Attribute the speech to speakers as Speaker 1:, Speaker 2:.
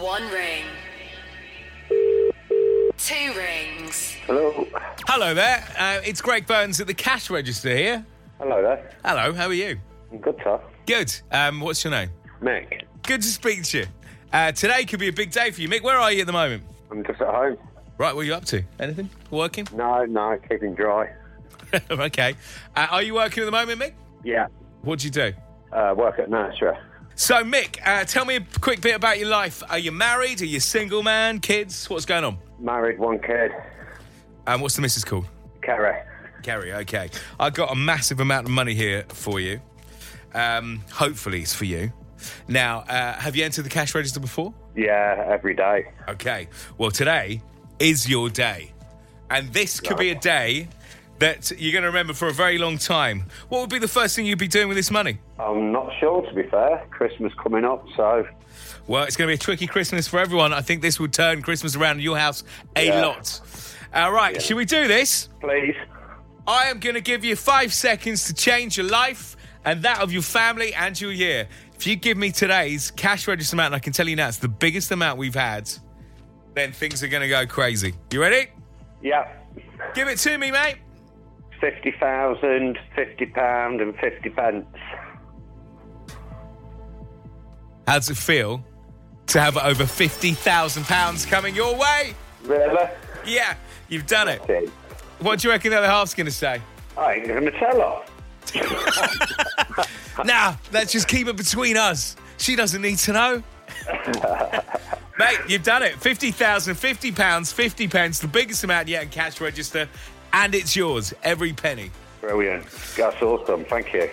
Speaker 1: One ring. Two rings.
Speaker 2: Hello.
Speaker 3: Hello there. Uh, it's Greg Burns at the cash register here.
Speaker 2: Hello there.
Speaker 3: Hello, how are you?
Speaker 2: Good sir.
Speaker 3: Good. Um, what's your name?
Speaker 2: Mick.
Speaker 3: Good to speak to you. Uh, today could be a big day for you. Mick, where are you at the moment?
Speaker 2: I'm just at home.
Speaker 3: Right, what are you up to? Anything? Working?
Speaker 2: No, no, keeping dry.
Speaker 3: okay. Uh, are you working at the moment, Mick?
Speaker 2: Yeah.
Speaker 3: What do you do?
Speaker 2: Uh, work at nursery.
Speaker 3: So, Mick, uh, tell me a quick bit about your life. Are you married? Are you single man? Kids? What's going on?
Speaker 2: Married one kid.
Speaker 3: And what's the missus called?
Speaker 2: Kerry.
Speaker 3: Kerry, okay. I've got a massive amount of money here for you. Um, hopefully, it's for you. Now, uh, have you entered the cash register before?
Speaker 2: Yeah, every day.
Speaker 3: Okay. Well, today is your day. And this could be a day that you're going to remember for a very long time. What would be the first thing you'd be doing with this money?
Speaker 2: I'm not sure, to be fair. Christmas coming up, so
Speaker 3: Well, it's going to be a tricky Christmas for everyone. I think this would turn Christmas around in your house a
Speaker 2: Yeah.
Speaker 3: lot. All right, should we do this?
Speaker 2: please.
Speaker 3: I am going to give you five seconds to change your life and that of your family and your year. If you give me today's cash register amount, and I can tell you now it's the biggest amount we've had, then things are going to go crazy. You ready?
Speaker 2: Yeah.
Speaker 3: Give it to me, mate.
Speaker 2: Fifty thousand, fifty pound, and fifty pence.
Speaker 3: How does it feel to have over £50,000 coming your way?
Speaker 2: Really?
Speaker 3: Yeah, you've done it.
Speaker 2: Gee,
Speaker 3: What do you reckon the other half's going to say?
Speaker 2: I ain't gonna tell her.
Speaker 3: Nah, let's just keep it between us. She doesn't need to know. Mate, you've done it. 50,000, 50 pounds, 50 pence, the biggest amount yet in cash register, and it's yours, every penny.
Speaker 2: Brilliant. That's awesome. Thank you.